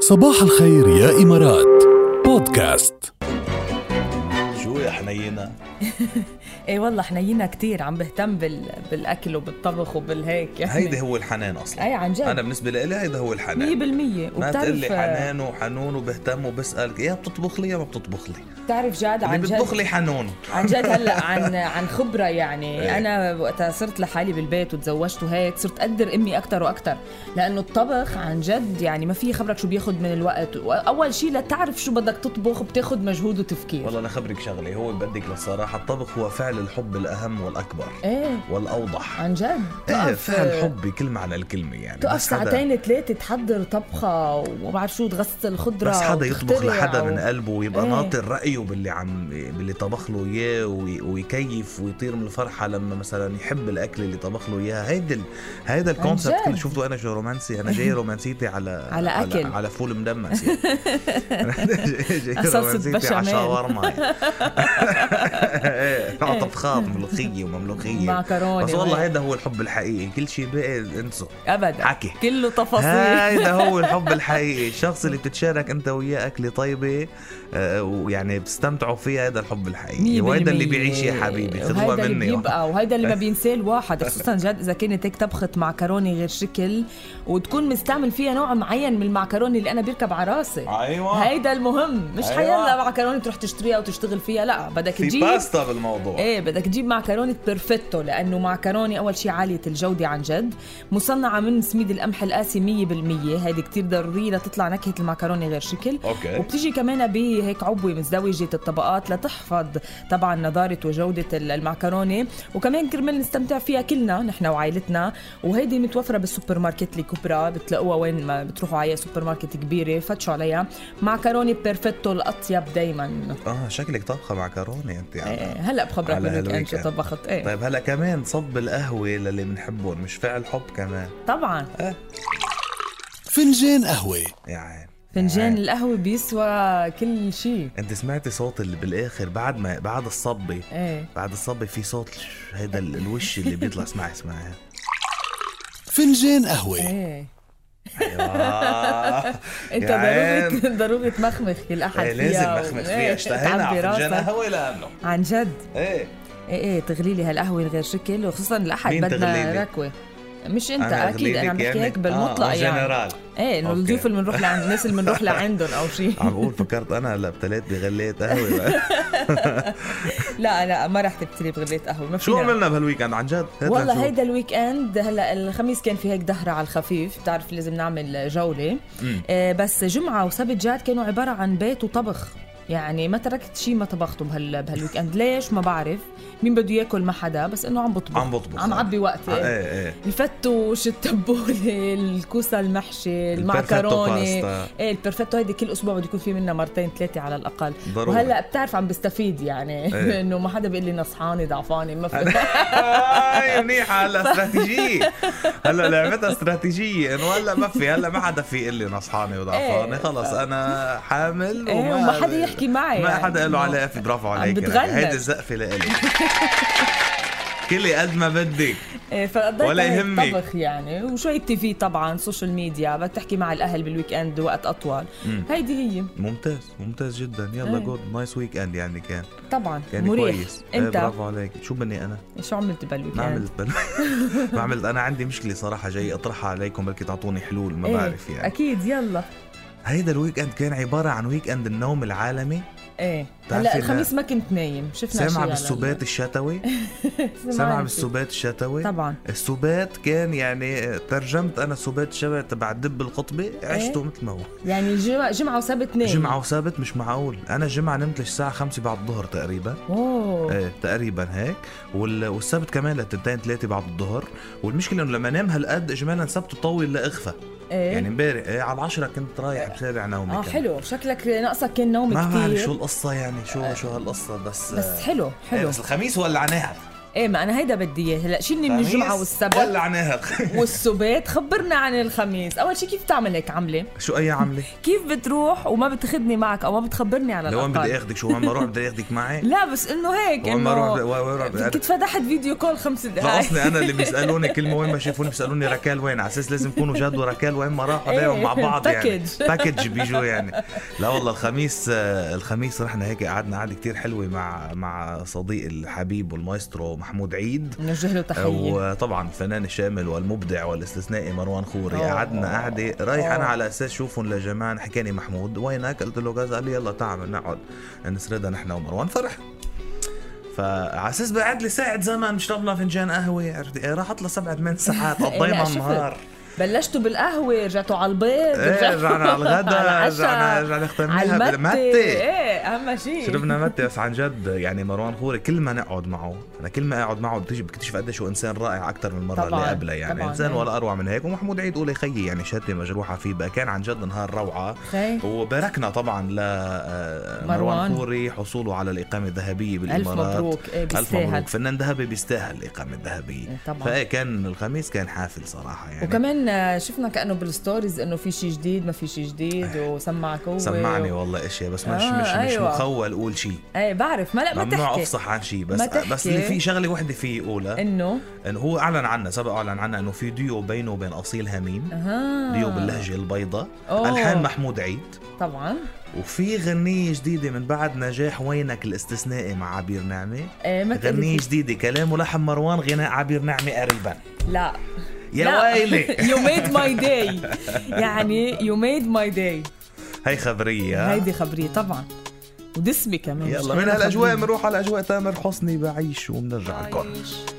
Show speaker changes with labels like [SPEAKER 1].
[SPEAKER 1] صباح الخير يا إمارات بودكاست
[SPEAKER 2] شو يا حنينة؟
[SPEAKER 3] ايه والله حنينه كتير عم بهتم بال... بالاكل وبالطبخ وبالهيك يعني
[SPEAKER 2] هيدي هو الحنان أصلا
[SPEAKER 3] أي عن جد.
[SPEAKER 2] أنا بالنسبة لإلي هيدا هو الحنان
[SPEAKER 3] 100%
[SPEAKER 2] ما تقول لي
[SPEAKER 3] وبتعرف
[SPEAKER 2] حنان وحنون وبهتم وبسألك يا بتطبخ لي يا ما بتطبخ لي
[SPEAKER 3] بتعرف جاد
[SPEAKER 2] اللي
[SPEAKER 3] عن
[SPEAKER 2] بتطبخ
[SPEAKER 3] جد
[SPEAKER 2] لي حنون
[SPEAKER 3] عن جد هلا عن عن خبره
[SPEAKER 2] إيه.
[SPEAKER 3] يعني انا وقتها صرت لحالي بالبيت وتزوجت وهيك صرت اقدر امي اكثر واكثر لانه الطبخ عن جد يعني ما في خبرك شو بياخد من الوقت واول شيء لتعرف شو بدك تطبخ بتاخد مجهود وتفكير
[SPEAKER 2] والله أنا خبرك شغلة هو بدك للصراحة الطبخ هو فعل الحب الأهم والأكبر
[SPEAKER 3] ايه
[SPEAKER 2] والأوضح
[SPEAKER 3] عن جد
[SPEAKER 2] ايه
[SPEAKER 3] تقف-
[SPEAKER 2] فعل حب بكل معنى الكلمة يعني
[SPEAKER 3] تقف
[SPEAKER 2] بس حدا-
[SPEAKER 3] ساعتين ثلاثة تحضر طبخة وما بعرف شو تغسل خضرة
[SPEAKER 2] بس حدا يطبخ
[SPEAKER 3] وتخترع
[SPEAKER 2] لحدا
[SPEAKER 3] و-
[SPEAKER 2] من قلبه ويبقى
[SPEAKER 3] إيه.
[SPEAKER 2] ناطر رأيه باللي عم باللي طبخ له إياه وي- ويكيف ويطير من الفرحة لما مثلا يحب الأكل اللي طبخ له إياه هيدا ال... هيدا الكونسبت
[SPEAKER 3] جد.
[SPEAKER 2] كله شفته أنا شو رومانسي أنا جاي رومانسيتي على
[SPEAKER 3] على أكل.
[SPEAKER 2] على, على فول مدمس يعني أنا جاي جاي
[SPEAKER 3] قصصة
[SPEAKER 2] رومانسيتي على
[SPEAKER 3] بشاميل.
[SPEAKER 2] شاورما يعني. إيه، على طبخات ملوخية ومملوخية
[SPEAKER 3] معكرونة
[SPEAKER 2] بس والله
[SPEAKER 3] وهيك.
[SPEAKER 2] هيدا هو الحب الحقيقي كل شيء باقي انسوا
[SPEAKER 3] ابدا
[SPEAKER 2] حكي
[SPEAKER 3] كله تفاصيل
[SPEAKER 2] هيدا هو الحب الحقيقي الشخص اللي بتتشارك انت وياه اكله طيبه آه، ويعني بتستمتعوا فيها هذا الحب الحقيقي
[SPEAKER 3] مية
[SPEAKER 2] وهيدا اللي
[SPEAKER 3] بالمية.
[SPEAKER 2] بيعيش يا حبيبي خذوها
[SPEAKER 3] وهيدا
[SPEAKER 2] مني
[SPEAKER 3] اللي بيبقى وهيدا اللي ما بينساه الواحد خصوصا جد اذا كانت هيك طبخه معكرونه غير شكل وتكون مستعمل فيها نوع معين من المعكرونه اللي انا بيركب على راسي
[SPEAKER 2] ايوه
[SPEAKER 3] هيدا المهم مش
[SPEAKER 2] أيوة.
[SPEAKER 3] حيلا معكرونه تروح تشتريها وتشتغل فيها لا بدك
[SPEAKER 2] في
[SPEAKER 3] تجيب
[SPEAKER 2] باستا بالموضوع
[SPEAKER 3] ايه بدك تجيب معكرونه بيرفتو لانه معكرونه اول شيء عاليه الجوده عن جد مصنعه من سميد القمح القاسي 100% هيدي كتير ضروريه لتطلع نكهه المعكرونه غير شكل
[SPEAKER 2] اوكي
[SPEAKER 3] وبتيجي كمان بهيك عبوه مزدوجه الطبقات لتحفظ طبعا نضاره وجوده ال- المعكرونه وكمان كرمال نستمتع فيها كلنا نحن وعائلتنا وهيدي متوفره بالسوبر ماركت الكبرى بتلاقوها وين ما بتروحوا على أي سوبر ماركت كبيره فتشوا عليها معكرونه بيرفتو الاطيب دايما
[SPEAKER 2] اه شكلك طبخه معكرونه انت
[SPEAKER 3] إيه،
[SPEAKER 2] على
[SPEAKER 3] هلا بخبرك
[SPEAKER 2] على
[SPEAKER 3] منك انت شو
[SPEAKER 2] هالويكند.
[SPEAKER 3] طبخت ايه
[SPEAKER 2] طيب هلا كمان صب القهوه للي بنحبهم مش فعل حب كمان
[SPEAKER 3] طبعا
[SPEAKER 1] فنجان قهوة
[SPEAKER 2] يا عين
[SPEAKER 3] فنجان
[SPEAKER 2] إيه.
[SPEAKER 3] القهوة بيسوى كل شيء
[SPEAKER 2] انت سمعتي صوت اللي بالاخر بعد ما بعد الصبه
[SPEAKER 3] ايه
[SPEAKER 2] بعد الصبه في صوت ش- هيدا ال- الوش اللي بيطلع اسمعي اسمعي
[SPEAKER 1] فنجان قهوة
[SPEAKER 3] ايه
[SPEAKER 2] آه.
[SPEAKER 3] انت
[SPEAKER 2] يا عين.
[SPEAKER 3] ضروري ضروري تمخمخ كل احد
[SPEAKER 2] ايه
[SPEAKER 3] فيها
[SPEAKER 2] لازم نخمخ
[SPEAKER 3] وإيه،
[SPEAKER 2] فيها اشتهينا
[SPEAKER 3] تعبي
[SPEAKER 2] على فنجان
[SPEAKER 3] راسك.
[SPEAKER 2] قهوه لانه
[SPEAKER 3] عن جد
[SPEAKER 2] ايه
[SPEAKER 3] ايه ايه تغلي لي هالقهوة الغير شكل وخصوصا الاحد
[SPEAKER 2] مين تغلي لي؟
[SPEAKER 3] بدنا ركوة مش انت
[SPEAKER 2] أنا
[SPEAKER 3] اكيد
[SPEAKER 2] أغليلك
[SPEAKER 3] انا عم بحكي
[SPEAKER 2] يعني؟
[SPEAKER 3] هيك بالمطلق
[SPEAKER 2] آه، آه،
[SPEAKER 3] يعني
[SPEAKER 2] جنرال
[SPEAKER 3] ايه انه
[SPEAKER 2] أوكي.
[SPEAKER 3] الضيوف اللي بنروح لعند الناس اللي بنروح لعندهم او شيء
[SPEAKER 2] عم بقول فكرت انا هلا ابتليت بغلية قهوه
[SPEAKER 3] لا لا ما رح تبتلي بغلية قهوة ما
[SPEAKER 2] شو
[SPEAKER 3] فينا.
[SPEAKER 2] عملنا بهالويكند عن جد؟ هات
[SPEAKER 3] والله
[SPEAKER 2] لنشوف.
[SPEAKER 3] هيدا الويك اند هلا الخميس كان في هيك دهره على الخفيف بتعرف لازم نعمل جوله
[SPEAKER 2] مم.
[SPEAKER 3] آه، بس جمعه وسبت جاد كانوا عباره عن بيت وطبخ يعني ما تركت شيء ما طبخته بهال بهالويك اند ليش ما بعرف مين بده ياكل ما حدا بس انه عم بطبخ
[SPEAKER 2] عم بطبخ
[SPEAKER 3] عم عبي وقتي
[SPEAKER 2] آه،
[SPEAKER 3] إيه.
[SPEAKER 2] ايه ايه
[SPEAKER 3] الفتوش التبوله الكوسه المحشي
[SPEAKER 2] البرفتو
[SPEAKER 3] المعكرونه ايه
[SPEAKER 2] باستا.
[SPEAKER 3] البرفتو هيدي كل اسبوع بده يكون في منها مرتين ثلاثه على الاقل
[SPEAKER 2] ضروري.
[SPEAKER 3] وهلا بتعرف عم بستفيد يعني
[SPEAKER 2] إيه.
[SPEAKER 3] انه ما حدا بيقول لي نصحانه ضعفانه ما في
[SPEAKER 2] هاي منيحة هلا استراتيجية هلا لعبتها استراتيجية انه هلا ما في هلا ما حدا في يقول لي نصحاني وضعفاني
[SPEAKER 3] إيه.
[SPEAKER 2] خلص انا حامل
[SPEAKER 3] إيه،
[SPEAKER 2] وما
[SPEAKER 3] وما حدا يحكي معي
[SPEAKER 2] ما
[SPEAKER 3] يعني.
[SPEAKER 2] حدا له
[SPEAKER 3] ما-
[SPEAKER 2] علاقة برافو عليك
[SPEAKER 3] بتغنى.
[SPEAKER 2] هيدي الزقفة لإلي كلي قد ما بدك
[SPEAKER 3] إيه، فقضيت
[SPEAKER 2] ولا
[SPEAKER 3] هيك
[SPEAKER 2] يهمك.
[SPEAKER 3] طبخ يعني وشوي تي في طبعا سوشيال ميديا بدك تحكي مع الاهل بالويك اند وقت اطول
[SPEAKER 2] مم.
[SPEAKER 3] هيدي هي
[SPEAKER 2] ممتاز ممتاز جدا يلا
[SPEAKER 3] إيه.
[SPEAKER 2] جود نايس ويك اند يعني كان
[SPEAKER 3] طبعا
[SPEAKER 2] يعني
[SPEAKER 3] مريح
[SPEAKER 2] كويس إيه،
[SPEAKER 3] انت
[SPEAKER 2] برافو عليك شو بني انا
[SPEAKER 3] شو عملت بالويك
[SPEAKER 2] ما
[SPEAKER 3] اند
[SPEAKER 2] عملت بل... ما عملت انا عندي مشكله صراحه جاي اطرحها عليكم بلكي تعطوني حلول ما
[SPEAKER 3] إيه،
[SPEAKER 2] بعرف يعني
[SPEAKER 3] اكيد يلا
[SPEAKER 2] هيدا الويك اند كان عباره عن ويك اند النوم العالمي
[SPEAKER 3] ايه
[SPEAKER 2] بتعرفي
[SPEAKER 3] هلا
[SPEAKER 2] إن-
[SPEAKER 3] الخميس ما كنت نايم شفنا
[SPEAKER 2] سامعه
[SPEAKER 3] شيء
[SPEAKER 2] بالسبات الشتوي سامعه
[SPEAKER 3] سامعه
[SPEAKER 2] بالسبات الشتوي
[SPEAKER 3] طبعا
[SPEAKER 2] السبات كان يعني ترجمت انا سبات شبع تبع الدب القطبي عشته مثل ما هو
[SPEAKER 3] يعني جمعه جمعه وسبت نايم
[SPEAKER 2] جمعه وسبت مش معقول انا جمعه نمت للساعه 5 بعد الظهر تقريبا
[SPEAKER 3] اوه
[SPEAKER 2] ايه تقريبا هيك وال- والسبت كمان لتنتين ثلاثه بعد الظهر والمشكله انه لما نام هالقد اجمالا سبت طول لاغفى
[SPEAKER 3] ايه
[SPEAKER 2] يعني امبارح ايه على العشرة كنت رايح بسابع نومي
[SPEAKER 3] اه
[SPEAKER 2] كمان.
[SPEAKER 3] حلو شكلك ناقصك كان نوم
[SPEAKER 2] ما بعرف
[SPEAKER 3] كثير
[SPEAKER 2] شو القصه يعني شو شو هالقصه بس
[SPEAKER 3] بس حلو
[SPEAKER 2] إيه
[SPEAKER 3] حلو
[SPEAKER 2] بس الخميس ولعناها
[SPEAKER 3] ايه ما انا هيدا بدي اياه هلا شيلني من الجمعه
[SPEAKER 2] خميس
[SPEAKER 3] والسبت
[SPEAKER 2] ولعناها
[SPEAKER 3] والسبات خبرنا عن الخميس اول شي كيف بتعمل هيك عمله
[SPEAKER 2] شو اي عمله؟
[SPEAKER 3] كيف بتروح وما بتاخدني معك او ما بتخبرني على
[SPEAKER 2] لوين بدي
[SPEAKER 3] الاقل
[SPEAKER 2] اخذك شو وين بروح بدي اخذك معي؟
[SPEAKER 3] لا بس انه هيك
[SPEAKER 2] وين بروح
[SPEAKER 3] انه
[SPEAKER 2] وين بروح
[SPEAKER 3] كنت فتحت فيديو كول خمس دقائق
[SPEAKER 2] ناقصني انا اللي بيسالوني كلمه وين ما شافوني بيسالوني ركال وين على اساس لازم يكونوا جد وركال وين ما راحوا
[SPEAKER 3] إيه،
[SPEAKER 2] دايما مع بعض يعني
[SPEAKER 3] باكج.
[SPEAKER 2] باكج بيجوا يعني لا والله الخميس آه، الخميس رحنا هيك قعدنا قعده كتير حلوه مع مع صديق الحبيب والمايسترو محمود عيد
[SPEAKER 3] نوجه له تحيه
[SPEAKER 2] وطبعا الفنان الشامل والمبدع والاستثنائي مروان خوري
[SPEAKER 3] آه.
[SPEAKER 2] قعدنا قعده رايح
[SPEAKER 3] آه.
[SPEAKER 2] انا على اساس شوفهم لجمان حكاني محمود وينك قلت له كذا قال لي يلا تعال نقعد يعني نسردها نحن ومروان فرح فعلى اساس بعد لي ساعه زمن شربنا فنجان قهوه عرفتي؟ إيه، راحت لها سبع ثمان ساعات
[SPEAKER 3] لا،
[SPEAKER 2] قضينا
[SPEAKER 3] شفت.
[SPEAKER 2] النهار
[SPEAKER 3] بلشتوا بالقهوه رجعتوا على البيض
[SPEAKER 2] ايه رجعنا على الغداء
[SPEAKER 3] على العشاء،
[SPEAKER 2] رجعنا رجعنا ختمناها
[SPEAKER 3] على المتة
[SPEAKER 2] بالمتة
[SPEAKER 3] ايه اهم شيء
[SPEAKER 2] شربنا متى بس عن جد يعني مروان خوري كل ما نقعد معه انا كل ما اقعد معه بتجي بكتشف قديش هو انسان رائع اكثر من المره اللي
[SPEAKER 3] طبعاً،
[SPEAKER 2] قبلها يعني
[SPEAKER 3] طبعاً،
[SPEAKER 2] انسان
[SPEAKER 3] إيه.
[SPEAKER 2] ولا اروع من هيك ومحمود عيد قولي خيي يعني شهادتي مجروحه فيه بقى كان عن جد نهار روعه
[SPEAKER 3] خي.
[SPEAKER 2] وباركنا طبعا ل
[SPEAKER 3] مروان.
[SPEAKER 2] آه، مروان خوري حصوله على الاقامه الذهبيه
[SPEAKER 3] الف
[SPEAKER 2] بالامارات
[SPEAKER 3] مبروك ايه
[SPEAKER 2] ألف مبروك
[SPEAKER 3] بيستاهل
[SPEAKER 2] فنان ذهبي بيستاهل الإقامة الذهبية
[SPEAKER 3] إيه، طبعاً.
[SPEAKER 2] فإيه كان الخميس كان حافل صراحة يعني
[SPEAKER 3] وكمان آه، شفنا كانه بالستوريز انه في شيء جديد ما في شيء جديد وسمعك هو
[SPEAKER 2] إيه. سمعني والله اشياء بس مش
[SPEAKER 3] آه،
[SPEAKER 2] مش مش
[SPEAKER 3] أيوة.
[SPEAKER 2] مخول قول شيء
[SPEAKER 3] ايه بعرف ما لا ما
[SPEAKER 2] ممنوع
[SPEAKER 3] تحكي
[SPEAKER 2] افصح عن شيء بس
[SPEAKER 3] ما تحكي.
[SPEAKER 2] بس اللي في شغله وحده فيه يقولها
[SPEAKER 3] انه
[SPEAKER 2] انه هو اعلن عنها سبق اعلن عنها انه في ديو بينه وبين اصيل هميم
[SPEAKER 3] اها
[SPEAKER 2] ديو باللهجه البيضاء
[SPEAKER 3] آه. أوه.
[SPEAKER 2] الحان محمود عيد
[SPEAKER 3] طبعا
[SPEAKER 2] وفي غنية جديدة من بعد نجاح وينك الاستثنائي مع عبير نعمة
[SPEAKER 3] ايه ما
[SPEAKER 2] غنية
[SPEAKER 3] تقلي-
[SPEAKER 2] جديدة كلام ولحن مروان غناء عبير نعمة قريبا
[SPEAKER 3] لا
[SPEAKER 2] يا
[SPEAKER 3] لا.
[SPEAKER 2] ويلي
[SPEAKER 3] you made my day يعني you made my day
[SPEAKER 2] هي خبرية
[SPEAKER 3] هيدي خبرية طبعا ودسمة كمان مش
[SPEAKER 2] يلا
[SPEAKER 3] هيدي
[SPEAKER 2] من هالاجواء
[SPEAKER 3] خبرية. آه،
[SPEAKER 2] بنروح على اجواء تامر حسني بعيش وبنرجع لكم
[SPEAKER 3] عايش.